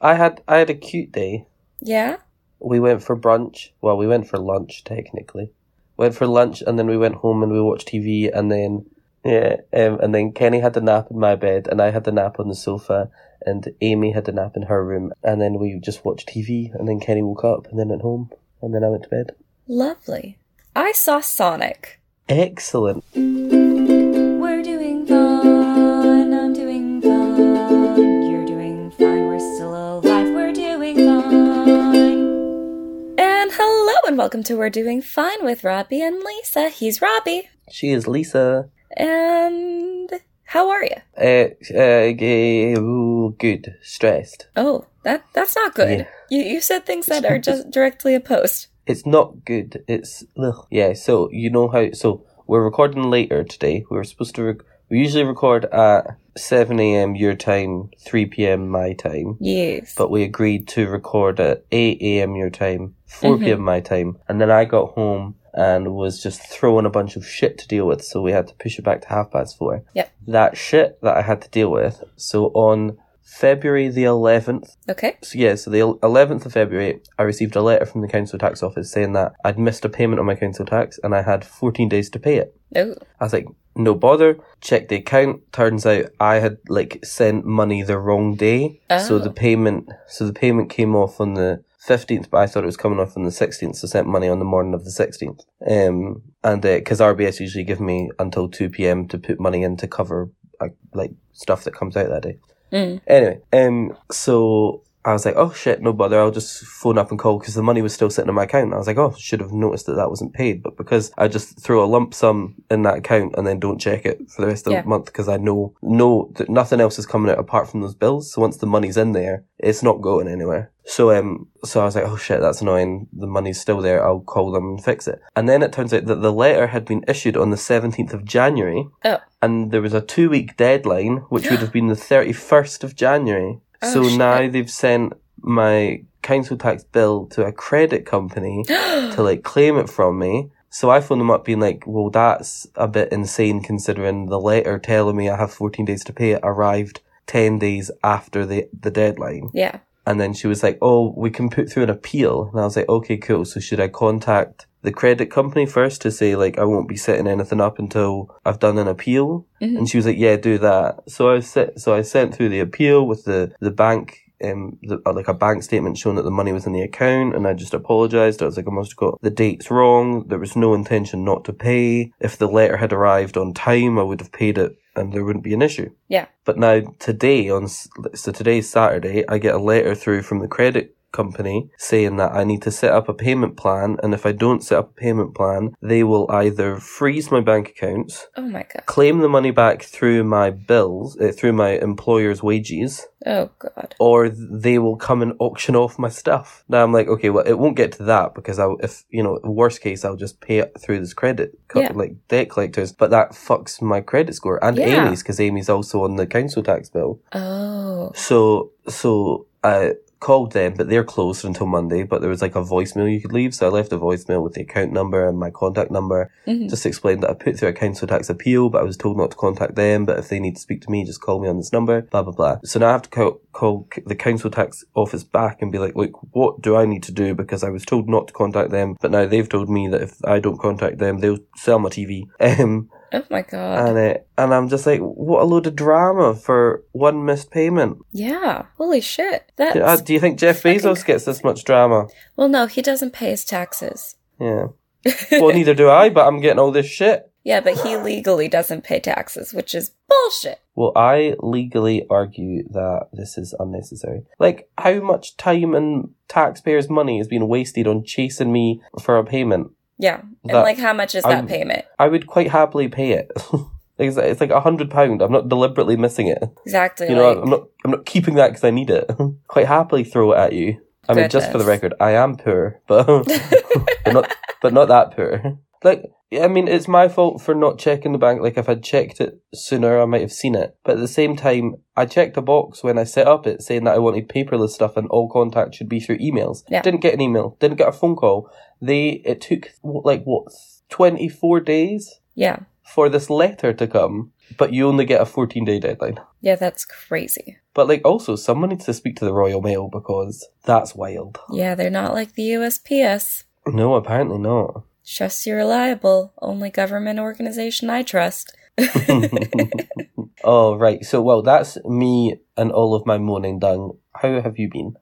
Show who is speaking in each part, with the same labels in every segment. Speaker 1: I had I had a cute day.
Speaker 2: Yeah?
Speaker 1: We went for brunch. Well, we went for lunch technically. Went for lunch and then we went home and we watched TV and then yeah, um, and then Kenny had the nap in my bed and I had the nap on the sofa and Amy had the nap in her room and then we just watched TV and then Kenny woke up and then went home and then I went to bed.
Speaker 2: Lovely. I saw Sonic.
Speaker 1: Excellent.
Speaker 3: We're doing fine. I'm doing fine. You're doing fine. We're still alive. We're doing fine.
Speaker 2: And hello and welcome to We're Doing Fine with Robbie and Lisa. He's Robbie.
Speaker 1: She is Lisa.
Speaker 2: And how are you?
Speaker 1: Uh, uh, g- ooh, good. Stressed.
Speaker 2: Oh, that that's not good. You you said things that are just directly opposed.
Speaker 1: It's not good. It's ugh. yeah. So you know how. So we're recording later today. We were supposed to. Rec- we usually record at seven a.m. your time, three p.m. my time.
Speaker 2: Yes.
Speaker 1: But we agreed to record at eight a.m. your time, 4
Speaker 2: Mhm.
Speaker 1: p.m. my time, and then I got home and was just throwing a bunch of shit to deal with. So we had to push it back to half past four.
Speaker 2: Yep.
Speaker 1: That shit that I had to deal with. So on February the eleventh,
Speaker 2: okay.
Speaker 1: so yeah, so the eleventh of February, I received a letter from the council tax office saying that I'd missed a payment on my council tax and I had fourteen days to pay it.
Speaker 2: Oh.
Speaker 1: I was like, no bother. Checked the account. Turns out I had like sent money the wrong day, so
Speaker 2: Oh.
Speaker 1: the payment, so the payment came off on the fifteenth, but I thought it was coming off on the sixteenth, so sent money on the morning of the sixteenth. Um, and because RBS usually give me until two p.m. to put money in to cover uh, like stuff that comes out that day.
Speaker 2: Mm.
Speaker 1: Anyway, um, so I was like, oh shit, no bother. I'll just phone up and call because the money was still sitting in my account. And I was like, oh, should have noticed that that wasn't paid, but because I just throw a lump sum in that account and then don't check it for the rest of
Speaker 2: Yeah.
Speaker 1: the month because I know know that nothing else is coming out apart from those bills. So once the money's in there, it's not going anywhere. So um, so I was like, oh shit, that's annoying. The money's still there. I'll call them and fix it. And then it turns out that the letter had been issued on the seventeenth of January
Speaker 2: Oh.
Speaker 1: and there was a two week deadline, which would have been the 31st of January.
Speaker 2: Oh,
Speaker 1: so
Speaker 2: shit.
Speaker 1: now they've sent my council tax bill to a credit company to like claim it from me. So I phoned them up being like, well, that's a bit insane considering the letter telling me I have 14 days to pay it arrived 10 days after the, the deadline.
Speaker 2: yeah.
Speaker 1: And then she was like, oh, we can put through an appeal. And I was like, okay, cool. So should I contact the credit company first to say, like, I won't be setting anything up until I've done an appeal?
Speaker 2: Mhm.
Speaker 1: And she was like, yeah, do that. So I set, so I sent through the appeal with the, the bank. Um, the, uh, like a bank statement showing that the money was in the account, and I just apologized. I was like, I must have got the dates wrong. There was no intention not to pay. If the letter had arrived on time, I would have paid it, and there wouldn't be an issue. But now today on s- so today's Saturday, I get a letter through from the credit company saying that I need to set up a payment plan, and if I don't set up a payment plan, they will either freeze my bank accounts,
Speaker 2: Oh my god.
Speaker 1: claim the money back through my bills, uh, through my employer's wages,
Speaker 2: Oh god.
Speaker 1: or they will come and auction off my stuff. Now I'm like, okay, well, it won't get to that because I'll, if you know, worst case, I'll just pay it through this credit co-
Speaker 2: Yeah.
Speaker 1: like debt collectors. But that fucks my credit score and
Speaker 2: Yeah.
Speaker 1: Amy's because Amy's also on the council tax bill.
Speaker 2: Oh.
Speaker 1: So so I called them, but they're closed until Monday. But there was like a voicemail you could leave, so I left a voicemail with the account number and my contact number.
Speaker 2: Mhm.
Speaker 1: Just explained that I put through a council tax appeal, but I was told not to contact them. But if they need to speak to me, just call me on this number. Blah blah blah. So now I have to call, call c- the council tax office back and be like, look, what do I need to do? Because I was told not to contact them, but now they've told me that if I don't contact them, they'll sell my TV. Um,
Speaker 2: Oh my god.
Speaker 1: and it, and I'm just like, what a load of drama for one missed payment.
Speaker 2: yeah. Holy shit. That's
Speaker 1: Uh, Do you think Jeff
Speaker 2: fucking
Speaker 1: Bezos gets this much drama?
Speaker 2: Well, no, he doesn't pay his taxes.
Speaker 1: Yeah. Well, neither do I, but I'm getting all this shit.
Speaker 2: yeah, but he legally doesn't pay taxes, which is bullshit.
Speaker 1: Well, I legally argue that this is unnecessary. Like, how much time and taxpayers' money has been wasted on chasing me for a payment?
Speaker 2: Yeah. And
Speaker 1: That-
Speaker 2: like how much is
Speaker 1: I'm-
Speaker 2: that payment?
Speaker 1: I would quite happily pay it. Like, It's it's like a hundred pound. I'm not deliberately missing it.
Speaker 2: Exactly.
Speaker 1: You know,
Speaker 2: like,
Speaker 1: I'm not. I'm not keeping that because I need it. Quite happily throw it at you. I mean, just for the
Speaker 2: Goodness.
Speaker 1: record, I am poor, but but not but not that poor. Like, yeah, I mean, it's my fault for not checking the bank. Like, if I'd checked it sooner, I might have seen it. But at the same time, I checked a box when I set up it saying that I wanted paperless stuff and all contact should be through emails.
Speaker 2: Yeah.
Speaker 1: Didn't get an email. Didn't get a phone call. They it took what, like what twenty four days
Speaker 2: yeah.
Speaker 1: for this letter to come. But you only get a 14 day deadline.
Speaker 2: Yeah, that's crazy.
Speaker 1: But like also, someone needs to speak to the Royal Mail because that's wild.
Speaker 2: Yeah, they're not like the USPS.
Speaker 1: No, apparently not.
Speaker 2: Trust you reliable. Only government organization I trust.
Speaker 1: oh right. So well, that's me and all of my moaning done. How have you been?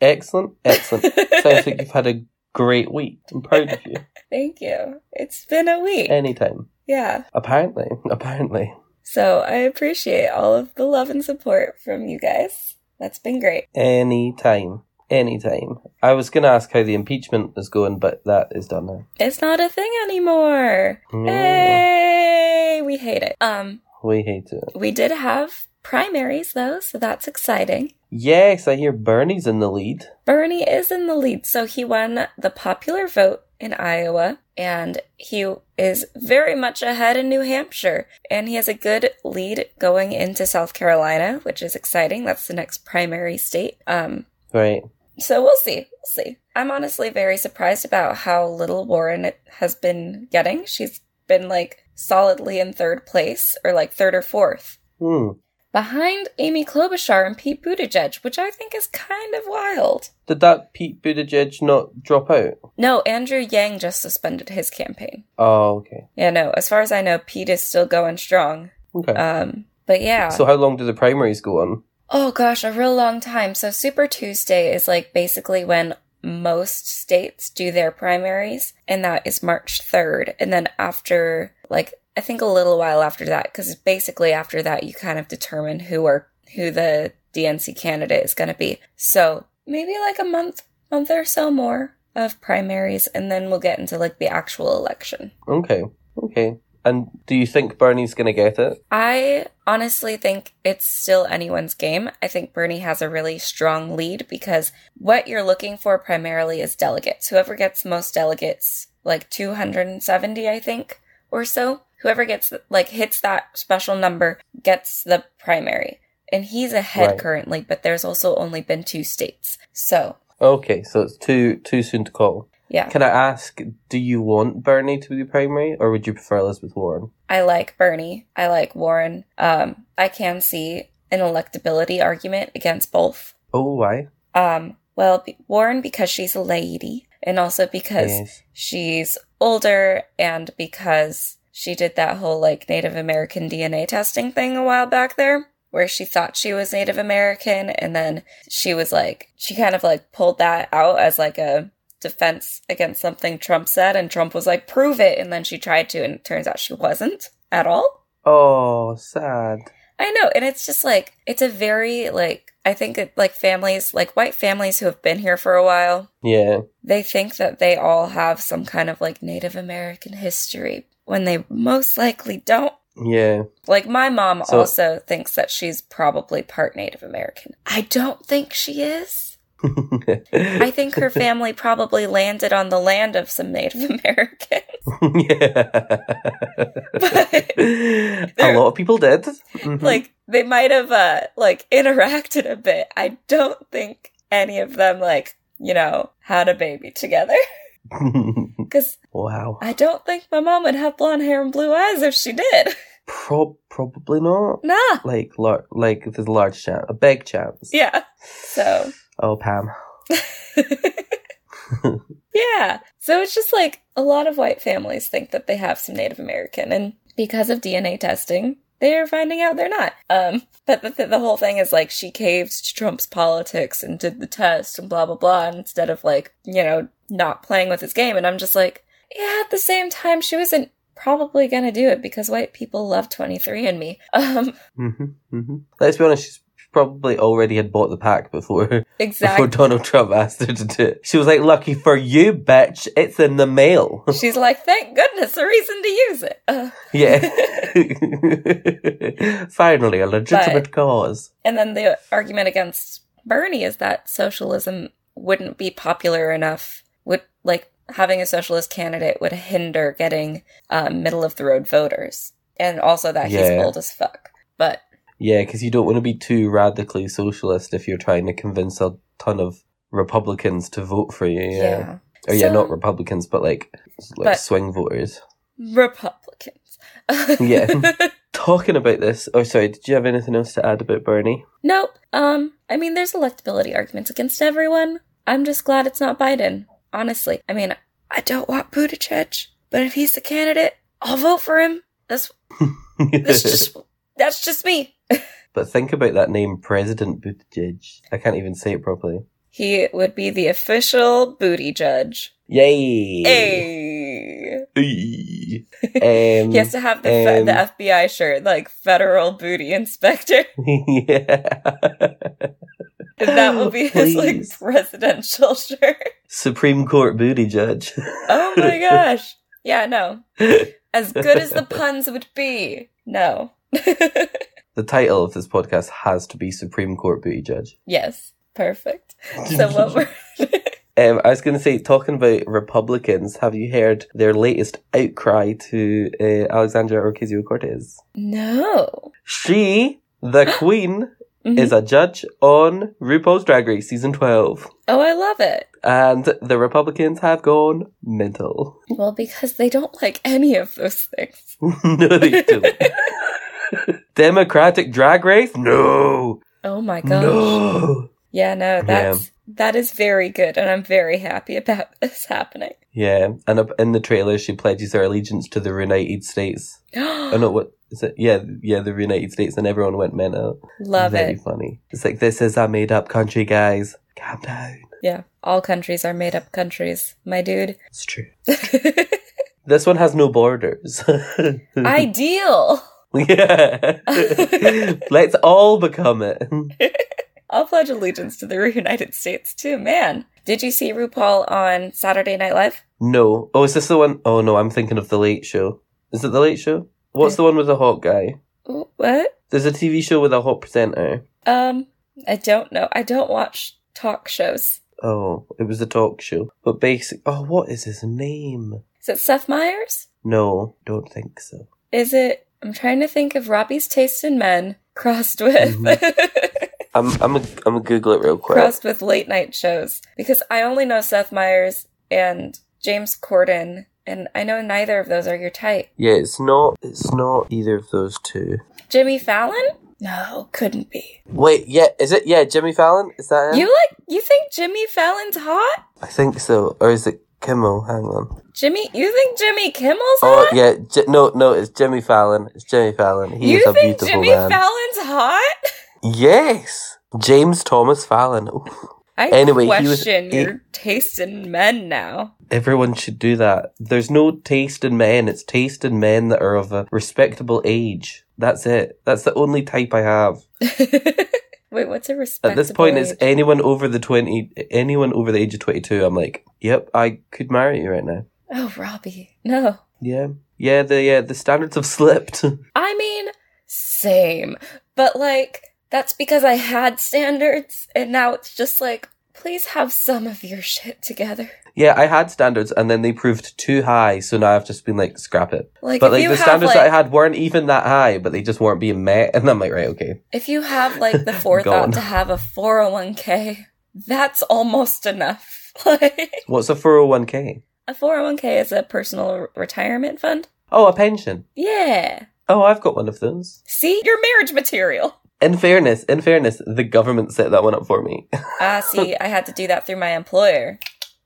Speaker 1: Excellent, excellent. Sounds like you've had a great week. I'm proud of you.
Speaker 2: Thank you. It's been a week.
Speaker 1: Anytime.
Speaker 2: Yeah.
Speaker 1: Apparently, apparently.
Speaker 2: So I appreciate all of the love and support from you guys. That's been great.
Speaker 1: Anytime. Anytime. I was going to ask how the impeachment is going, but that is done now.
Speaker 2: It's not a thing anymore.
Speaker 1: Mm.
Speaker 2: Eh. Hey, we hate it. Um,
Speaker 1: We hate it.
Speaker 2: we did have primaries though, so that's exciting.
Speaker 1: Yes, I hear Bernie's in the lead.
Speaker 2: Bernie is in the lead, so he won the popular vote in Iowa, and he is very much ahead in New Hampshire. And he has a good lead going into South Carolina, which is exciting. That's the next primary state. Um,
Speaker 1: Right.
Speaker 2: so we'll see. We'll see. I'm honestly very surprised about how little Warren has been getting. She's been like solidly in third place, or like third or fourth,
Speaker 1: Hmm.
Speaker 2: behind Amy Klobuchar and Pete Buttigieg, which I think is kind of wild.
Speaker 1: Did that Pete Buttigieg not drop out?
Speaker 2: No, Andrew Yang just suspended his campaign.
Speaker 1: Oh, okay.
Speaker 2: Yeah, no, as far as I know, Pete is still going strong.
Speaker 1: Okay.
Speaker 2: Um, but yeah.
Speaker 1: so how long do the primaries go on?
Speaker 2: oh gosh, a real long time. So Super Tuesday is like basically when most states do their primaries, and that is March 3rd. And then after, like, I think a little while after that, because basically after that, you kind of determine who are who the DNC candidate is going to be. So maybe like a month, month or so more of primaries, and then we'll get into like the actual election.
Speaker 1: Okay. Okay. And do you think Bernie's going to get it?
Speaker 2: I honestly think it's still anyone's game. I think Bernie has a really strong lead because what you're looking for primarily is delegates. Whoever gets most delegates, like 270, I think, or so, whoever gets, like, hits that special number gets the primary. And he's ahead
Speaker 1: Right.
Speaker 2: currently, but there's also only been two states. So,
Speaker 1: Okay, so it's too too soon to call.
Speaker 2: yeah,
Speaker 1: Can I ask, do you want Bernie to be primary, or would you prefer Elizabeth Warren?
Speaker 2: I like Bernie. I like Warren. Um, I can see an electability argument against both.
Speaker 1: Oh, why?
Speaker 2: Um, well, be- Warren because she's a lady, and also because
Speaker 1: Yes.
Speaker 2: she's older, and because she did that whole like Native American DNA testing thing a while back there, where she thought she was Native American, and then she was like, she kind of like pulled that out as like a defense against something Trump said, and Trump was like, prove it, and then she tried to, and it turns out she wasn't at all.
Speaker 1: Oh, sad.
Speaker 2: I know, and it's just like it's a very like I think it, like families like white families who have been here for a while
Speaker 1: Yeah,
Speaker 2: they think that they all have some kind of like Native American history when they most likely don't.
Speaker 1: yeah.
Speaker 2: Like my mom
Speaker 1: So-
Speaker 2: also thinks that she's probably part Native American. I don't think she is. I think her family probably landed on the land of some Native American. But-
Speaker 1: yeah. A lot of people did. Mhm.
Speaker 2: like they might have uh like interacted a bit i don't think any of them like you know had a baby together because
Speaker 1: wow.
Speaker 2: i don't think my mom would have blonde hair and blue eyes if she did
Speaker 1: Prob probably not.
Speaker 2: nah
Speaker 1: Like, lar- like there's a large chance, a big chance.
Speaker 2: yeah so
Speaker 1: Oh, Pam.
Speaker 2: yeah so it's just like a lot of white families think that they have some native american and because of dna testing they're finding out they're not um but the, th- the whole thing is like she caved to trump's politics and did the test and blah blah blah instead of like you know not playing with his game and i'm just like yeah at the same time she wasn't probably gonna do it because white people love 23 and me um
Speaker 1: Mm-hmm, mm-hmm. Let's be honest. She's probably already had bought the pack before before
Speaker 2: exactly
Speaker 1: Donald Trump asked her to do it. She was like, "Lucky for you, bitch. It's in the mail."
Speaker 2: she's like thank goodness a reason to use it uh,
Speaker 1: Yeah. Finally, a legitimate cause.
Speaker 2: And then the argument against Bernie is that socialism wouldn't be popular enough. Would like having a socialist candidate would hinder getting uh, middle of the road voters, and also that
Speaker 1: Yeah.
Speaker 2: he's old as fuck. But
Speaker 1: Yeah, because you don't want to be too radically socialist if you're trying to convince a ton of Republicans to vote for you.
Speaker 2: yeah,
Speaker 1: Yeah. Or yeah,
Speaker 2: So-
Speaker 1: not Republicans, but like, like
Speaker 2: But-
Speaker 1: swing voters.
Speaker 2: Republicans.
Speaker 1: Yeah. Talking about this, oh sorry, did you have anything else to add about Bernie?
Speaker 2: nope. Um, I mean, there's electability arguments against everyone. I'm just glad it's not Biden. Honestly, I mean, I don't want Buttigieg, but if he's the candidate, I'll vote for him. That's that's just that's just me.
Speaker 1: but think about that name, President Buttigieg. I can't even say it properly.
Speaker 2: He would be the official booty judge.
Speaker 1: Yay!
Speaker 2: Hey.
Speaker 1: Hey. um,
Speaker 2: He has to have the, fe-
Speaker 1: um,
Speaker 2: the FBI shirt, like federal booty inspector.
Speaker 1: yeah.
Speaker 2: And that will be his like
Speaker 1: Please.
Speaker 2: presidential shirt.
Speaker 1: Supreme Court booty judge.
Speaker 2: Oh my gosh. Yeah, no. As good as the puns would be, no.
Speaker 1: the title of this podcast has to be Supreme Court booty judge.
Speaker 2: yes, perfect. So what we're
Speaker 1: Um, I was going to say, talking about Republicans, have you heard their latest outcry to uh, Alexandria Ocasio Cortez?
Speaker 2: No.
Speaker 1: She, the Queen,
Speaker 2: Mhm.
Speaker 1: is a judge on RuPaul's Drag Race season 12.
Speaker 2: Oh, I love it.
Speaker 1: And the Republicans have gone mental.
Speaker 2: Well, because they don't like any of those things.
Speaker 1: no, they don't. Democratic Drag Race? No!
Speaker 2: Oh my gosh.
Speaker 1: No!
Speaker 2: Yeah, no, that's that is very good and I'm very happy about this happening.
Speaker 1: Yeah, and up in the trailer, she pledges her allegiance to the United States. Oh no, what is it? Yeah, yeah, the United States, and everyone went mental.
Speaker 2: Love
Speaker 1: Very
Speaker 2: it.
Speaker 1: funny. It's like this is a made up country, guys. Calm down.
Speaker 2: Yeah, all countries are made up countries, my dude.
Speaker 1: It's true. This one has no borders.
Speaker 2: Ideal.
Speaker 1: yeah. Let's all become it.
Speaker 2: I'll pledge allegiance to the United States too, man. Did you see RuPaul on Saturday Night Live?
Speaker 1: No. Oh, is this the one oh no, I'm thinking of the Late Show. Is it the Late Show? What's the one with the hot guy?
Speaker 2: Ooh, What?
Speaker 1: There's a TV show with a hot presenter.
Speaker 2: Um, I don't know. I don't watch talk shows.
Speaker 1: Oh, it was a talk show. But basic. Oh, what is his name?
Speaker 2: Is it Seth Meyers?
Speaker 1: No, don't think so.
Speaker 2: Is it? I'm trying to think of Robbie's taste in men crossed with
Speaker 1: I'm I'm a, I'm a Google it real quick.
Speaker 2: crossed with late night shows because I only know Seth Meyers and James Corden, and I know neither of those are your type.
Speaker 1: Yeah, it's not. It's not either of those two.
Speaker 2: Jimmy Fallon? No, couldn't be.
Speaker 1: Wait, yeah, is it? Yeah, Jimmy Fallon. Is that him?
Speaker 2: You like? You think Jimmy Fallon's hot?
Speaker 1: I think so. Or is it Kimmel? Hang on.
Speaker 2: Jimmy, you think Jimmy Kimmel's
Speaker 1: Oh
Speaker 2: hot?
Speaker 1: yeah, J- no, no, it's Jimmy Fallon. It's Jimmy Fallon. He is
Speaker 2: you
Speaker 1: a
Speaker 2: think
Speaker 1: beautiful
Speaker 2: Jimmy
Speaker 1: man.
Speaker 2: Fallon's hot?
Speaker 1: yes, James Thomas Fallon. Ooh.
Speaker 2: I
Speaker 1: Anyway, he was-
Speaker 2: question
Speaker 1: he-
Speaker 2: your taste in men now.
Speaker 1: Everyone should do that. There's no taste in men. It's taste in men that are of a respectable age. That's it. That's the only type I have.
Speaker 2: Wait, what's a respectable
Speaker 1: At this point, is
Speaker 2: age?
Speaker 1: anyone over the twenty, anyone over the age of twenty-two, I'm like, yep, I could marry you right now.
Speaker 2: oh, Robbie, no.
Speaker 1: Yeah, yeah, the yeah, the standards have slipped.
Speaker 2: I mean, same, but like that's because I had standards, and now it's just like, please have some of your shit together.
Speaker 1: yeah, I had standards, and then they proved too high, so now I've just been like, scrap it.
Speaker 2: Like,
Speaker 1: But
Speaker 2: if
Speaker 1: like
Speaker 2: you
Speaker 1: the
Speaker 2: have,
Speaker 1: standards
Speaker 2: like,
Speaker 1: that I had weren't even that high, but they just weren't being met, and I'm like, right, okay,
Speaker 2: If you have like the
Speaker 1: Go on.
Speaker 2: forethought to have a 401k, that's almost enough. Like
Speaker 1: what's a four hundred one k?
Speaker 2: a 401k is a personal re- retirement fund.
Speaker 1: Oh, a pension.
Speaker 2: Yeah.
Speaker 1: Oh, I've got one of those.
Speaker 2: See, your marriage material.
Speaker 1: In fairness, in fairness, the government set that one up for me.
Speaker 2: Ah, see, I had to do that through my employer.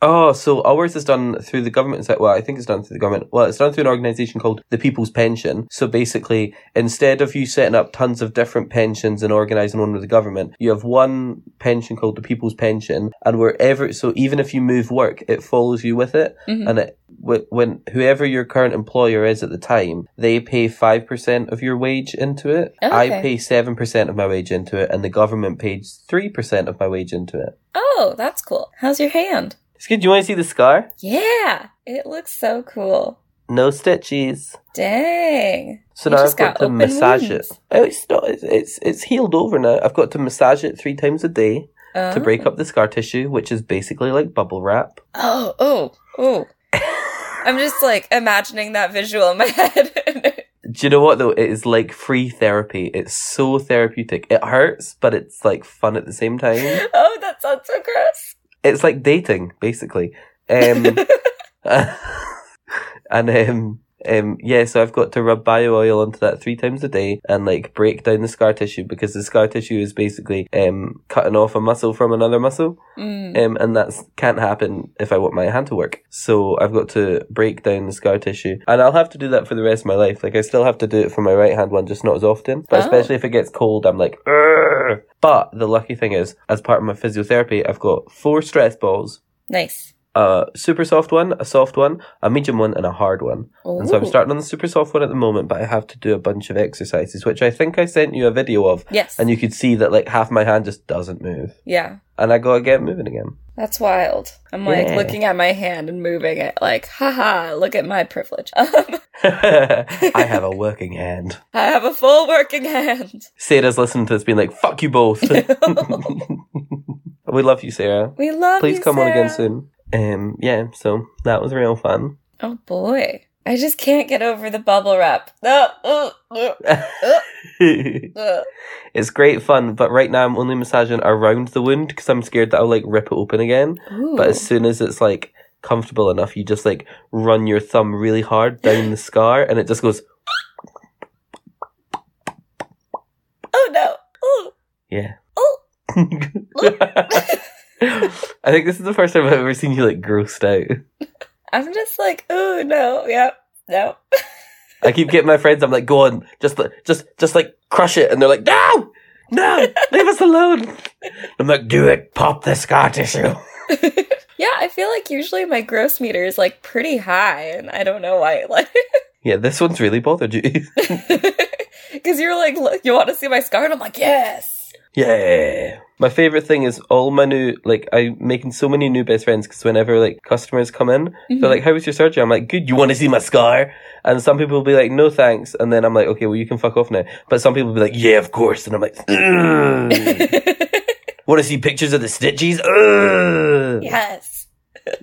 Speaker 1: Oh, so ours is done through the government. side. Well, I think it's done through the government. Well, it's done through an organisation called the People's Pension. So basically, instead of you setting up tons of different pensions and organising one with the government, you have one pension called the People's Pension, and wherever, so even if you move work, it follows you with it,
Speaker 2: Mhm.
Speaker 1: and it wh- when whoever your current employer is at the time, they pay five percent of your wage into it. I
Speaker 2: Oh, Okay.
Speaker 1: pay seven percent of my wage into it, and the government pays three percent of my wage into it.
Speaker 2: Oh, that's cool. How's your hand?
Speaker 1: It's good. Do you want to see the scar?
Speaker 2: Yeah, it looks so cool.
Speaker 1: No stitches.
Speaker 2: Dang.
Speaker 1: So
Speaker 2: You
Speaker 1: now
Speaker 2: just
Speaker 1: I've got,
Speaker 2: got
Speaker 1: to
Speaker 2: open
Speaker 1: massage
Speaker 2: wounds.
Speaker 1: it. Oh, it's not. It's, it's it's healed over now. I've got to massage it three times a day
Speaker 2: Oh.
Speaker 1: to break up the scar tissue, which is basically like bubble wrap.
Speaker 2: Oh, oh, oh. I'm just like imagining that visual in my head.
Speaker 1: Do you know what though? It is like free therapy. It's so therapeutic. It hurts, but it's like fun at the same time.
Speaker 2: oh, that sounds so gross.
Speaker 1: It's like dating, basically. Um, and um, um, yeah, so I've got to rub bio oil onto that three times a day and like break down the scar tissue because the scar tissue is basically um, cutting off a muscle from another muscle.
Speaker 2: Mm.
Speaker 1: Um, and that's can't happen if I want my hand to work. So I've got to break down the scar tissue, and I'll have to do that for the rest of my life. Like I still have to do it for my right hand one, just not as often. But
Speaker 2: Oh.
Speaker 1: especially if it gets cold, I'm like. "Urgh." But the lucky thing is, as part of my physiotherapy, I've got four stress balls.
Speaker 2: Nice.
Speaker 1: A super soft one, a soft one, a medium one, and a hard one. And so I'm
Speaker 2: Ooh.
Speaker 1: starting on the super soft one at the moment, but I have to do a bunch of exercises, which I think I sent you a video of,
Speaker 2: Yes.
Speaker 1: and you could see that like half my hand just doesn't move,
Speaker 2: yeah.
Speaker 1: and I gotta get moving again.
Speaker 2: That's wild. I'm like
Speaker 1: Yeah.
Speaker 2: looking at my hand and moving it, like, haha, look at my privilege. Um,
Speaker 1: I have a working hand.
Speaker 2: I have a full working hand.
Speaker 1: Sarah's listening to this being like, fuck you both. we love you, Sarah.
Speaker 2: We love
Speaker 1: Please
Speaker 2: you,
Speaker 1: come on again
Speaker 2: Sarah.
Speaker 1: soon. Um, yeah, so that was real fun.
Speaker 2: Oh boy. I just can't get over the bubble wrap. Ugh, ugh, ugh,
Speaker 1: it's
Speaker 2: ugh.
Speaker 1: great fun, but right now I'm only massaging around the wound because I'm scared that I'll like rip it open again. But as
Speaker 2: Ooh.
Speaker 1: soon as it's like comfortable enough, you just like run your thumb really hard down the scar and it just goes,
Speaker 2: oh no. Oh.
Speaker 1: yeah.
Speaker 2: Oh.
Speaker 1: I think this is the first time I've ever seen you like grossed out.
Speaker 2: I'm just like, oh no. Yep. No.
Speaker 1: I keep getting my friends. I'm like, go on, just, just, just like crush it, and they're like, no, no, leave us alone. I'm like, do it, pop the scar tissue.
Speaker 2: yeah, I feel like usually my gross meter is like pretty high and I don't know why. Like
Speaker 1: Yeah, this one's really bothered you.
Speaker 2: Because you're like, look, you want to see my scar? And I'm like, yes.
Speaker 1: yeah. My favorite thing is all my new like I'm making so many new best friends because whenever like customers come in, they're like, "How was your surgery?" I'm like, "Good." You want to see my scar? And some people will be like, "No, thanks." And then I'm like, "Okay, well, you can fuck off now." But some people will be like, "Yeah, of course." And I'm like, "Ugh." "Want to see pictures of the stitches?" Ugh.
Speaker 2: yes.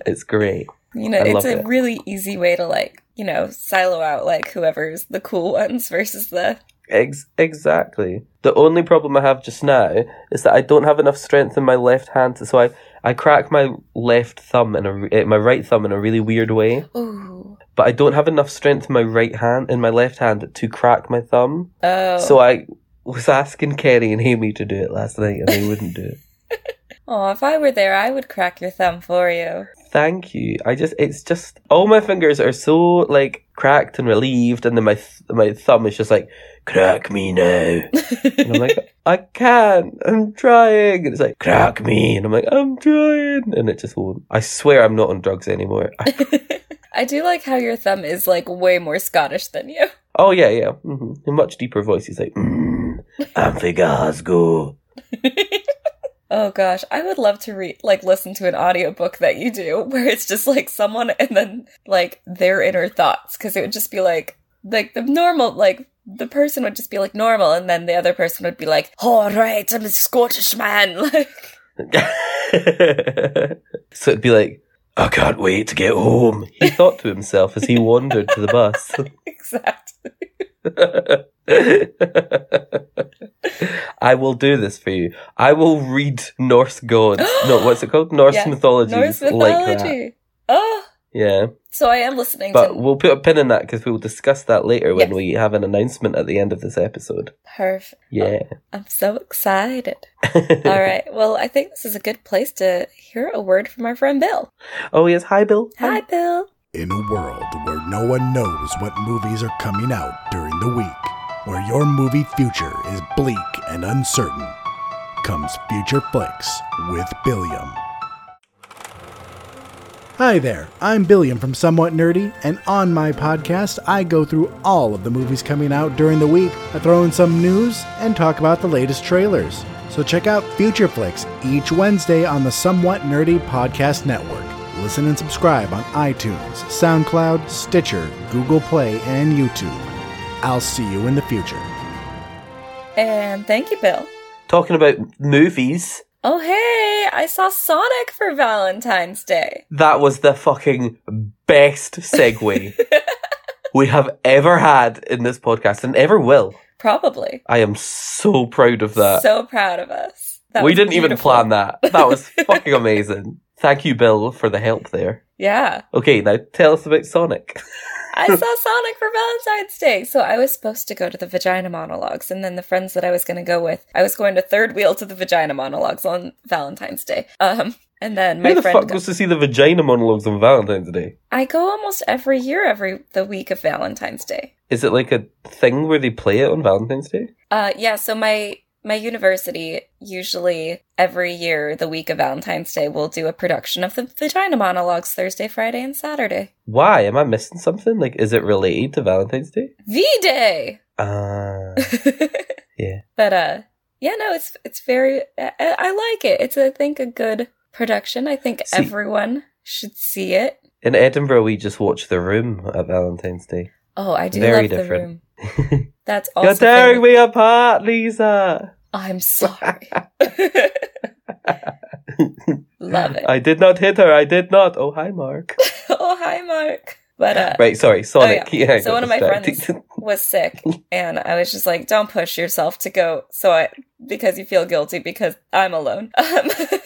Speaker 1: It's great.
Speaker 2: You know,
Speaker 1: I
Speaker 2: it's
Speaker 1: love
Speaker 2: a
Speaker 1: it.
Speaker 2: really easy way to like, you know, silo out like whoever's the cool ones versus the.
Speaker 1: Ex- exactly. The only problem I have just now is that I don't have enough strength in my left hand, so I, I crack my left thumb in a re- eh, my right thumb in a really weird way.
Speaker 2: Ooh.
Speaker 1: But I don't have enough strength in my right hand in my left hand to crack my thumb.
Speaker 2: Oh.
Speaker 1: So I was asking Kerry and Amy to do it last night, and they wouldn't do it.
Speaker 2: oh, if I were there, I would crack your thumb for you.
Speaker 1: Thank you. I just it's just all my fingers are so like cracked and relieved, and then my th- my thumb is just like crack me now. And I'm like, I can't. I'm trying. And it's like, crack me. And I'm like, I'm trying. And it just won't. I swear I'm not on drugs anymore. I-
Speaker 2: I do like how your thumb is like way more Scottish than you.
Speaker 1: oh, yeah, yeah. hmm In much deeper voice, he's like, mm, I'm for Glasgow.
Speaker 2: Oh gosh, I would love to read like listen to an audiobook that you do where it's just like someone and then like their inner thoughts cuz it would just be like like the normal like the person would just be like normal and then the other person would be like, "All right, I'm a Scottish man." Like
Speaker 1: so it'd be like, I can't wait to get home. He thought to himself as he wandered to the bus.
Speaker 2: exactly.
Speaker 1: I will do this for you. I will read Norse gods. No, what's it called? Norse
Speaker 2: Yeah,
Speaker 1: mythology.
Speaker 2: Norse
Speaker 1: Like that.
Speaker 2: mythology. oh,
Speaker 1: Yeah,
Speaker 2: so I am listening
Speaker 1: but
Speaker 2: to
Speaker 1: we'll put a pin in that because we'll discuss that later when
Speaker 2: Yes.
Speaker 1: we have an announcement at the end of this episode.
Speaker 2: Perfect.
Speaker 1: Yeah.
Speaker 2: I'm so excited. All right. Well, I think this is a good place to hear a word from our friend Bill.
Speaker 1: oh yes, hi Bill.
Speaker 2: Hi, Bill.
Speaker 4: In a world where no one knows what movies are coming out during the week, where your movie future is bleak and uncertain, comes Future Flicks with Billiam. Hi there, I'm Billiam from Somewhat Nerdy, and on my podcast, I go through all of the movies coming out during the week. I throw in some news and talk about the latest trailers. So check out Future Flicks each Wednesday on the Somewhat Nerdy Podcast Network. Listen and subscribe on iTunes, SoundCloud, Stitcher, Google Play, and YouTube. I'll see you in the future.
Speaker 2: And thank you, Bill.
Speaker 1: Talking about movies,
Speaker 2: Oh, hey, I saw Sonic for Valentine's Day.
Speaker 1: that was the fucking best segue we have ever had in this podcast and ever will.
Speaker 2: Probably.
Speaker 1: I am so proud of that.
Speaker 2: So proud of us. That
Speaker 1: we
Speaker 2: was
Speaker 1: didn't even
Speaker 2: beautiful.
Speaker 1: plan that. That was fucking amazing. Thank you, Bill, for the help there.
Speaker 2: Yeah.
Speaker 1: Okay, now tell us about Sonic.
Speaker 2: I saw Sonic for Valentine's Day. So I was supposed to go to the vagina monologues, and then the friends that I was going to go with, I was going to third wheel to the vagina monologues on Valentine's Day. Um, and then my
Speaker 1: Who the
Speaker 2: friend,
Speaker 1: fuck goes to see the vagina monologues on Valentine's Day?
Speaker 2: I go almost every year, every the week of Valentine's Day.
Speaker 1: Is it like a thing where they play it on Valentine's Day?
Speaker 2: Uh, yeah. So my my university usually every year the week of Valentine's Day will do a production of the vagina monologues Thursday, Friday, and Saturday.
Speaker 1: Why? Am I missing something? Like, is it related to Valentine's Day?
Speaker 2: The day.
Speaker 1: Uh, Yeah.
Speaker 2: But uh, yeah, no, it's it's very. I, I like it. It's I think a good production. I think
Speaker 1: See-
Speaker 2: everyone should see it.
Speaker 1: in Edinburgh, we just watch The Room at Valentine's Day.
Speaker 2: Oh, I do
Speaker 1: Very
Speaker 2: love
Speaker 1: different.
Speaker 2: the room. That's
Speaker 1: You're
Speaker 2: also.
Speaker 1: tearing
Speaker 2: favorite-
Speaker 1: me apart, Lisa.
Speaker 2: I'm sorry. love it.
Speaker 1: I did not hit her. I did not. Oh, hi, Mark.
Speaker 2: oh, hi, Mark. But uh,
Speaker 1: right, sorry, Sonic.
Speaker 2: yeah.
Speaker 1: yeah. I
Speaker 2: So
Speaker 1: got
Speaker 2: one of my
Speaker 1: distracted.
Speaker 2: was sick, and I was just like, "Don't push yourself to go." So I because you feel guilty because I'm alone.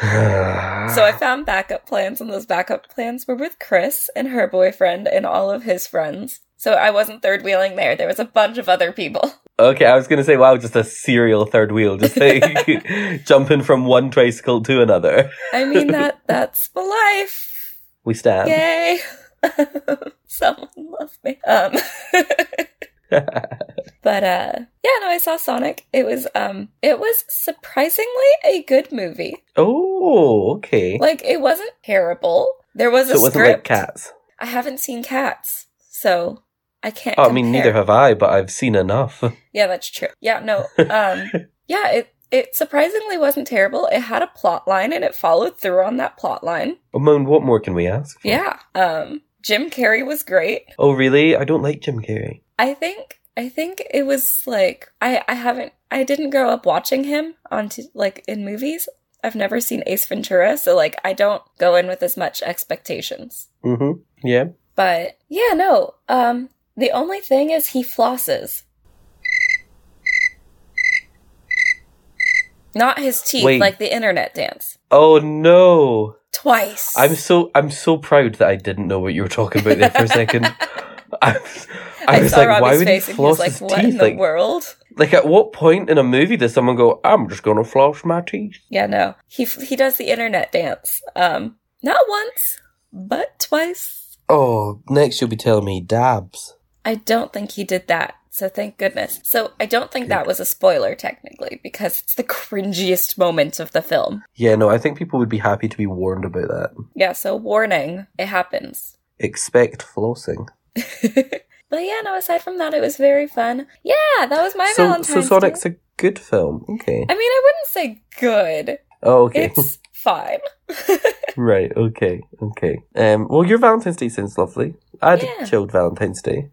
Speaker 2: Um,
Speaker 1: Ah.
Speaker 2: So I found backup plans, and those backup plans were with Chris and her boyfriend and all of his friends. So I wasn't third wheeling there. There was a bunch of other people.
Speaker 1: okay, I was gonna say, wow, just a serial third wheel, just like jumping from one tricycle to another.
Speaker 2: I mean that that's my life.
Speaker 1: We stand.
Speaker 2: Yay! Someone love me. Um, but uh, yeah, no, I saw Sonic. It was um, it was surprisingly a good movie.
Speaker 1: oh, okay.
Speaker 2: Like it wasn't terrible. There was
Speaker 1: so
Speaker 2: a
Speaker 1: it wasn't like
Speaker 2: script.
Speaker 1: cats.
Speaker 2: I haven't seen Cats, so I can't.
Speaker 1: Oh, I mean,
Speaker 2: compare.
Speaker 1: neither have I, but I've seen enough.
Speaker 2: Yeah, that's true. Yeah, no. Um yeah, it it surprisingly wasn't terrible. It had a plot line and it followed through on that plot line.
Speaker 1: Oh, Moan, what more can we ask? for?
Speaker 2: Yeah. Um Jim Carrey was great.
Speaker 1: Oh, really? I don't like Jim Carrey.
Speaker 2: I think I think it was like I I haven't I didn't grow up watching him on t- like in movies. I've never seen Ace Ventura, so like I don't go in with as much expectations.
Speaker 1: Mm-hmm. Yeah.
Speaker 2: But yeah, no. Um the only thing is he flosses. Not his teeth,
Speaker 1: Wait.
Speaker 2: like the internet dance.
Speaker 1: Oh no!
Speaker 2: Twice.
Speaker 1: I'm so I'm so proud that I didn't know what you were talking about there for a second. I, was- I was
Speaker 2: saw
Speaker 1: like,
Speaker 2: Robbie's
Speaker 1: why would he
Speaker 2: face and he was
Speaker 1: floss
Speaker 2: like,
Speaker 1: his
Speaker 2: What in
Speaker 1: teeth?
Speaker 2: the
Speaker 1: Like,
Speaker 2: world?
Speaker 1: like, at what point in a movie does someone go, "I'm just gonna floss my teeth"?
Speaker 2: Yeah, no. He f- he does the internet dance. Um not once, but twice.
Speaker 1: Oh, next you'll be telling me dabs.
Speaker 2: I don't think he did that. So thank goodness. So I don't think that was a spoiler technically because it's the cringiest moment of the film.
Speaker 1: Yeah, no, I think people would be happy to be warned about that.
Speaker 2: Yeah, so warning, it happens.
Speaker 1: Expect flossing.
Speaker 2: but yeah, no, aside from that, it was very fun. Yeah, that was my
Speaker 1: so,
Speaker 2: Valentine's
Speaker 1: so Sonic's
Speaker 2: Day.
Speaker 1: a good film. Okay.
Speaker 2: I mean, I wouldn't say good.
Speaker 1: Oh, okay.
Speaker 2: It's fine.
Speaker 1: right. Okay. Okay. Um. Well, your Valentine's Day sounds lovely. I had
Speaker 2: Yeah.
Speaker 1: a chilled Valentine's Day.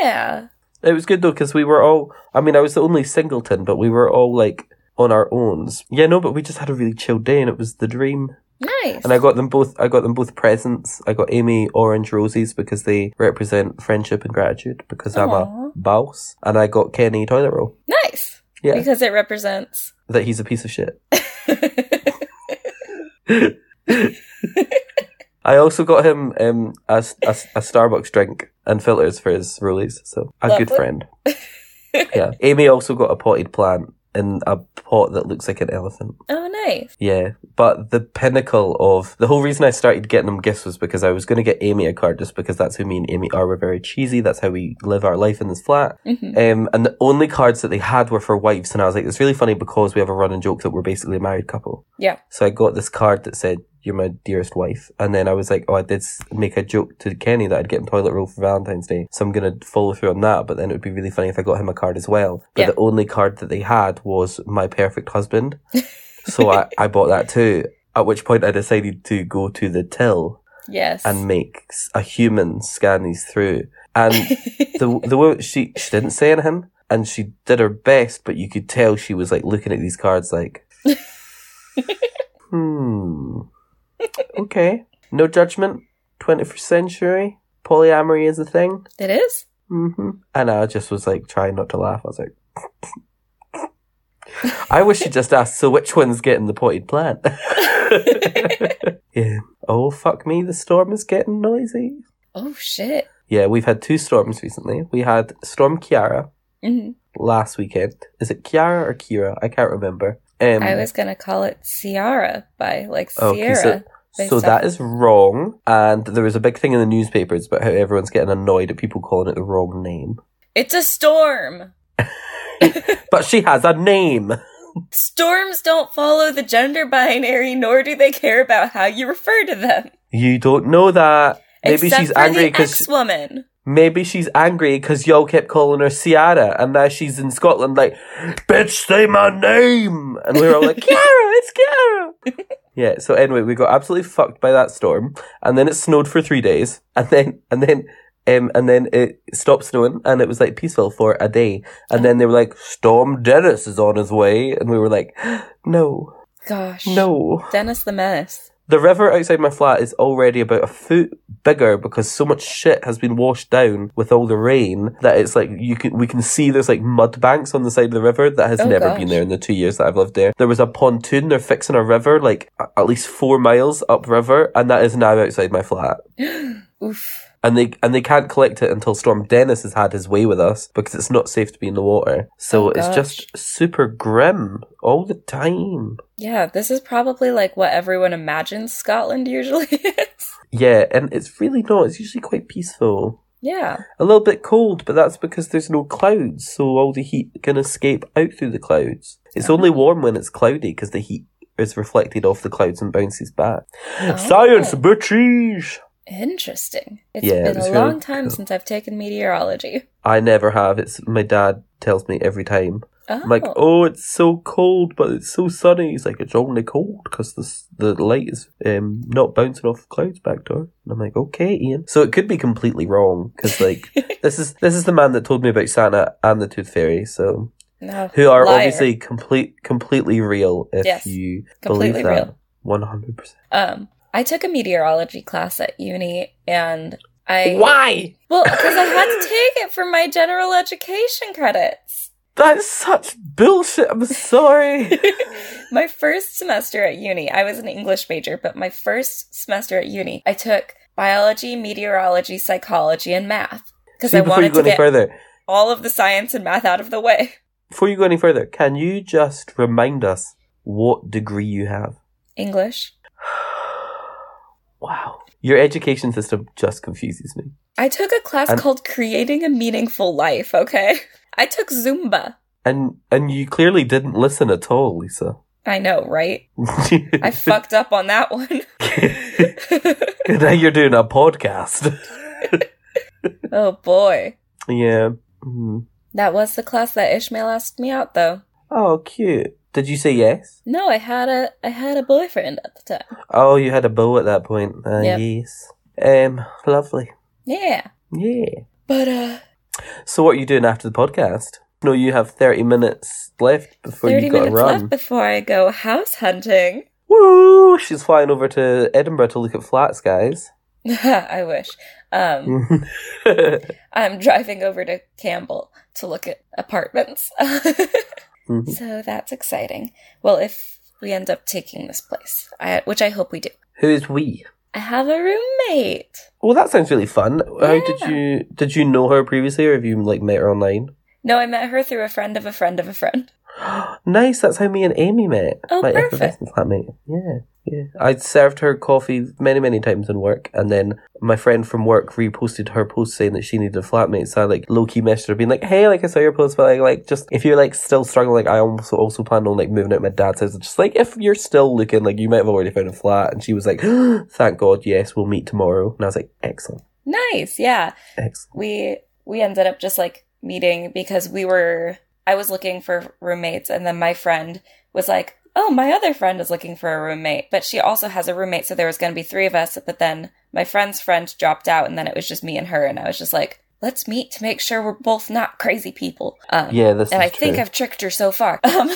Speaker 2: Yeah.
Speaker 1: It was good though because we were all. I mean, I was the only singleton, but we were all like on our owns. Yeah, no, but we just had a really chill day, and it was the dream.
Speaker 2: Nice.
Speaker 1: And I got them both. I got them both presents. I got Amy orange roses because they represent friendship and gratitude. Because I'm
Speaker 2: Aw.
Speaker 1: a boss, and I got Kenny toilet roll.
Speaker 2: nice.
Speaker 1: Yeah,
Speaker 2: Because it represents. Oh,
Speaker 1: that he's a piece of shit. I also got him um, a, s- a s- a Starbucks drink and filters for his rollies. So a good
Speaker 2: Lovely.
Speaker 1: friend. yeah. Amy also got a potted plant in a pot that looks like an elephant.
Speaker 2: oh, nice.
Speaker 1: Yeah, but the pinnacle of the whole reason I started getting them gifts was because I was going to get Amy a card just because that's who me and Amy are. We're very cheesy. That's how we live our life in this flat.
Speaker 2: Mhm.
Speaker 1: Um, and the only cards that they had were for wives. And I was like, it's really funny because we have a running joke that we're basically a married couple.
Speaker 2: Yeah.
Speaker 1: So I got this card that said, You're my dearest wife. And then I was like, Oh, I did s- make a joke to Kenny that I'd get him toilet roll for Valentine's Day. So I'm going to follow through on that. But then it would be really funny if I got him a card as well. But
Speaker 2: Yeah.
Speaker 1: the only card that they had was My Perfect Husband. so I, I bought that too. At which point I decided to go to the till
Speaker 2: Yes.
Speaker 1: and make s- a human scan these through. And the the woman she she didn't say anything and she did her best, but you could tell she was like looking at these cards like Hmm. Okay. No judgment. Twenty first century. Polyamory is a thing.
Speaker 2: it is?
Speaker 1: hmm And I just was like trying not to laugh. I was like I wish she just asked, so which one's getting the potted plant? yeah. oh fuck me, the storm is getting noisy.
Speaker 2: Oh shit.
Speaker 1: Yeah, we've had two storms recently. We had Storm Kiara
Speaker 2: Mhm.
Speaker 1: last weekend. Is it Kiara or Kira? I can't remember. Um,
Speaker 2: I was gonna call it Ciara by like
Speaker 1: Okay, so-
Speaker 2: Sierra. based
Speaker 1: So
Speaker 2: off-
Speaker 1: that is wrong, and there was a big thing in the newspapers about how everyone's getting annoyed at people calling it the wrong name.
Speaker 2: It's a storm.
Speaker 1: But she has a name.
Speaker 2: Storms don't follow the gender binary, nor do they care about how you refer to them.
Speaker 1: You don't know that. Maybe
Speaker 2: Except
Speaker 1: she's
Speaker 2: for
Speaker 1: angry
Speaker 2: the
Speaker 1: because
Speaker 2: ex-woman.
Speaker 1: maybe she's angry because y'all kept calling her Ciara, and now she's in Scotland, like, bitch, say my name, and we were all like, Ciara, it's Ciara. yeah. So anyway, we got absolutely fucked by that storm, and then it snowed for three days, and then and then. Um, and then it stopped snowing, and it was like peaceful for a day. And then they were like, "Storm Dennis is on his way," and we were like, "No,
Speaker 2: Gosh.
Speaker 1: no."
Speaker 2: Dennis the Menace.
Speaker 1: The river outside my flat is already about a foot bigger because so much shit has been washed down with all the rain that it's like you can we can see there's like mud banks on the side of the river that has
Speaker 2: Oh,
Speaker 1: never
Speaker 2: gosh.
Speaker 1: been there in the two years that I've lived there. There was a pontoon they're fixing a river like a- at least four miles upriver, and that is now outside my flat.
Speaker 2: Oof.
Speaker 1: And they and they can't collect it until Storm Dennis has had his way with us because it's not safe to be in the water. So
Speaker 2: Oh,
Speaker 1: it's
Speaker 2: gosh.
Speaker 1: just super grim all the time.
Speaker 2: Yeah, this is probably like what everyone imagines Scotland usually is.
Speaker 1: Yeah, and it's really not. It's usually quite peaceful.
Speaker 2: Yeah.
Speaker 1: a little bit cold, but that's because there's no clouds, so all the heat can escape out through the clouds. It's only warm when it's cloudy because the heat is reflected off the clouds and bounces back.
Speaker 2: Ah.
Speaker 1: Science, bitches!
Speaker 2: Oh, Interesting. It's
Speaker 1: Yeah,
Speaker 2: been
Speaker 1: it's
Speaker 2: a
Speaker 1: really
Speaker 2: long time
Speaker 1: cool.
Speaker 2: since I've taken meteorology.
Speaker 1: I never have. It's my dad tells me every time.
Speaker 2: Oh.
Speaker 1: I'm like, oh, it's so cold, but it's so sunny. He's like, it's only cold because the s- the light is um not bouncing off the clouds back door. And I'm like, okay, Ian. So it could be completely wrong because like this is this is the man that told me about Santa and the Tooth Fairy. So
Speaker 2: no.
Speaker 1: who are
Speaker 2: Liar.
Speaker 1: obviously complete, completely real. If
Speaker 2: Yes,
Speaker 1: you
Speaker 2: completely
Speaker 1: believe that,
Speaker 2: real.
Speaker 1: one hundred percent.
Speaker 2: Um, I took a meteorology class at uni, and I
Speaker 1: Why?
Speaker 2: well because I had to take it for my general education credits.
Speaker 1: That's such bullshit. I'm sorry.
Speaker 2: my first semester at uni, I was an English major, but my first semester at uni, I took biology, meteorology, psychology, and math because
Speaker 1: See,
Speaker 2: I
Speaker 1: before you
Speaker 2: wanted
Speaker 1: go
Speaker 2: to
Speaker 1: any
Speaker 2: get
Speaker 1: further,
Speaker 2: all of the science and math out of the way.
Speaker 1: before you go any further, can you just remind us what degree you have?
Speaker 2: English.
Speaker 1: Wow, your education system just confuses me.
Speaker 2: I took a class
Speaker 1: And-
Speaker 2: called Creating a Meaningful Life, okay? I took Zumba.
Speaker 1: And and you clearly didn't listen at all, Lisa.
Speaker 2: I know, right? I fucked up on that one.
Speaker 1: now you're doing a podcast.
Speaker 2: oh boy.
Speaker 1: yeah. Mhm.
Speaker 2: That was the class that Ishmael asked me out though.
Speaker 1: Oh, cute. Did you say yes?
Speaker 2: No, I had a I had a boyfriend at the time.
Speaker 1: Oh, you had a bow at that point. Uh,
Speaker 2: Yep.
Speaker 1: Yes. Um, lovely.
Speaker 2: Yeah.
Speaker 1: Yeah.
Speaker 2: But uh
Speaker 1: So, what are you doing after the podcast? No, you have 30 minutes left before
Speaker 2: thirty
Speaker 1: you got to
Speaker 2: minutes left
Speaker 1: run.
Speaker 2: before I go house hunting.
Speaker 1: Woo! She's flying over to Edinburgh to look at flats, guys.
Speaker 2: I wish. Um
Speaker 1: Mm. Mhm.
Speaker 2: I'm driving over to Campbell to look at apartments.
Speaker 1: Mm-hmm.
Speaker 2: so that's exciting. Well, if we end up taking this place, I, which I hope we do.
Speaker 1: Who's we?
Speaker 2: I have a roommate.
Speaker 1: Well, that sounds really fun. How did
Speaker 2: Yeah.
Speaker 1: you did you know her previously, or have you like met her online?
Speaker 2: No, I met her through a friend of a friend of a friend.
Speaker 1: nice. That's how me and Amy met.
Speaker 2: Oh,
Speaker 1: my
Speaker 2: perfect.
Speaker 1: effervescent flatmate. Yeah, yeah. I served her coffee many, many times in work, and then my friend from work reposted her post saying that she needed a flatmate. So I like low key messaged her, being like, "Hey, like I saw your post, but like, like just if you're like still struggling, like I also also plan on like moving out of my dad's house. Just like if you're still looking, like you might have already found a flat." And she was like, "Thank God, yes, we'll meet tomorrow." And I was like, "Excellent,
Speaker 2: Nice, yeah.
Speaker 1: excellent."
Speaker 2: We we ended up just like meeting because we were I was looking for roommates and then my friend was like, "Oh, my other friend is looking for a roommate, but she also has a roommate, so there was going to be 3 of us, but then my friend's friend dropped out and then it was just me and her and I was just like, "Let's meet to make sure we're both not crazy people." Um,
Speaker 1: Yeah, this
Speaker 2: And
Speaker 1: is
Speaker 2: I think
Speaker 1: true.
Speaker 2: I've tricked her so far. Um,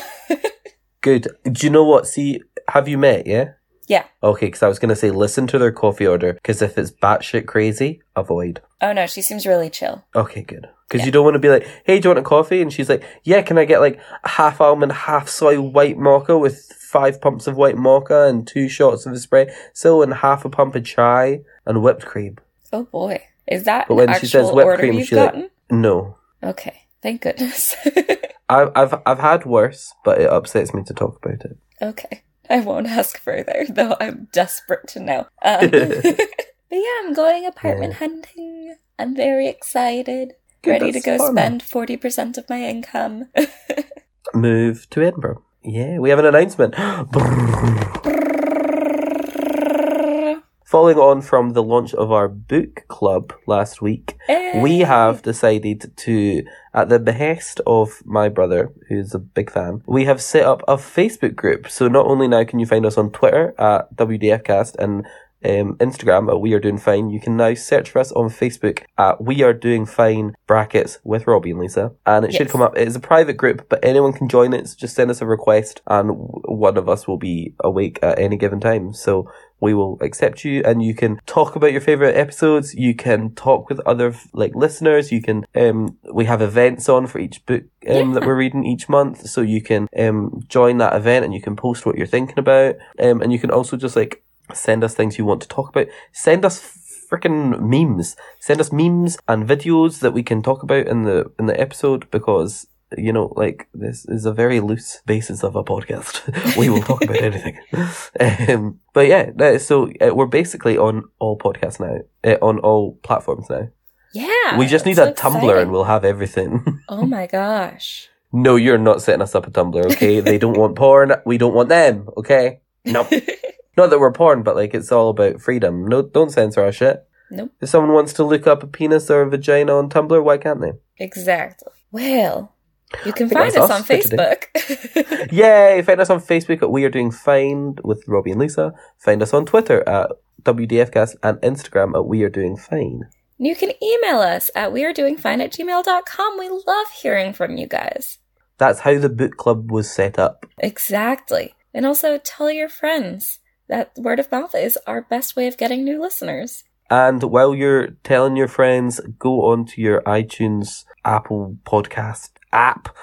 Speaker 1: Good. Do you know what? See, have you met? Yeah.
Speaker 2: Yeah.
Speaker 1: Okay, because I was gonna say listen to their coffee order because if it's batshit crazy, avoid.
Speaker 2: oh no, she seems really chill.
Speaker 1: Okay, good. because you don't want to be like, "Hey, do you want a coffee?" And she's like, "Yeah, can I get like a half almond, half soy white mocha with five pumps of white mocha and two shots of espresso and half a pump of chai and whipped cream?"
Speaker 2: Oh boy. Is that
Speaker 1: But
Speaker 2: an
Speaker 1: when
Speaker 2: actual
Speaker 1: she says whipped
Speaker 2: order
Speaker 1: cream,
Speaker 2: you've
Speaker 1: she's like,
Speaker 2: gotten?
Speaker 1: "No,
Speaker 2: Okay. Thank goodness.
Speaker 1: I've I've I've had worse, but it upsets me to talk about it."
Speaker 2: okay. I won't ask further, though I'm desperate to know. Um, but yeah, I'm going apartment
Speaker 1: Yeah.
Speaker 2: hunting. I'm very excited.
Speaker 1: Good,
Speaker 2: ready to
Speaker 1: that's
Speaker 2: go
Speaker 1: fun.
Speaker 2: spend 40% of my income.
Speaker 1: Move to Edinburgh. Yeah, we have an announcement. Following on from the launch of our book club last week, we have decided to, at the behest of my brother, who's a big fan, we have set up a Facebook group. So not only now can you find us on Twitter at WDFcast and um, Instagram at We Are Doing Fine, you can now search for us on Facebook at We Are Doing Fine brackets with Robbie and Lisa. And it should
Speaker 2: Yes.
Speaker 1: come up. It's a private group, but anyone can join it. So just send us a request and w- one of us will be awake at any given time. So we will accept you and you can talk about your favorite episodes you can talk with other like listeners you can um we have events on for each book um, that we're reading each month so you can um join that event and you can post what you're thinking about um and you can also just like send us things you want to talk about send us freaking memes send us memes and videos that we can talk about in the in the episode because you know, like this is a very loose basis of a podcast. we will talk about anything. Um, but yeah, that is- so uh, we're basically on all podcasts now, uh, on all platforms now.
Speaker 2: Yeah.
Speaker 1: we just need a
Speaker 2: that's so
Speaker 1: Tumblr
Speaker 2: exciting.
Speaker 1: and we'll have everything.
Speaker 2: Oh my gosh.
Speaker 1: no, you're not setting us up a Tumblr, okay? they don't want porn. We don't want them, okay? No. not that we're porn, but like it's all about freedom. No, don't censor our shit.
Speaker 2: Nope.
Speaker 1: If someone wants to look up a penis or a vagina on Tumblr, why can't they?
Speaker 2: Exactly. Well, you can
Speaker 1: think
Speaker 2: find
Speaker 1: that's
Speaker 2: us
Speaker 1: us
Speaker 2: on
Speaker 1: for today.
Speaker 2: Facebook.
Speaker 1: Yay! Find us on Facebook at We Are Doing Fine with Robbie and Lisa. Find us on Twitter at WDFcast and Instagram at We Are Doing Fine.
Speaker 2: you can email us at wearedoingfine at gmail.com. We love hearing from you guys.
Speaker 1: That's how the book club was set up.
Speaker 2: Exactly. And also tell your friends that word of mouth is our best way of getting new listeners.
Speaker 1: And while you're telling your friends, go onto your iTunes Apple Podcast app,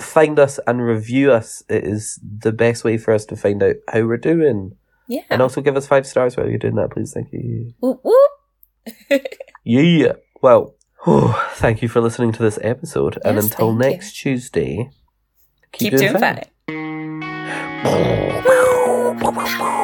Speaker 1: find us and review us. It is the best way for us to find out how we're doing.
Speaker 2: Yeah.
Speaker 1: And also give us five stars while you're doing that, please. Thank you.
Speaker 2: Whoop, whoop.
Speaker 1: Yeah. Well, thank you for listening to this episode. and
Speaker 2: Yes,
Speaker 1: until
Speaker 2: thank
Speaker 1: next Tuesday,
Speaker 2: Keep, doing fine.
Speaker 1: fine.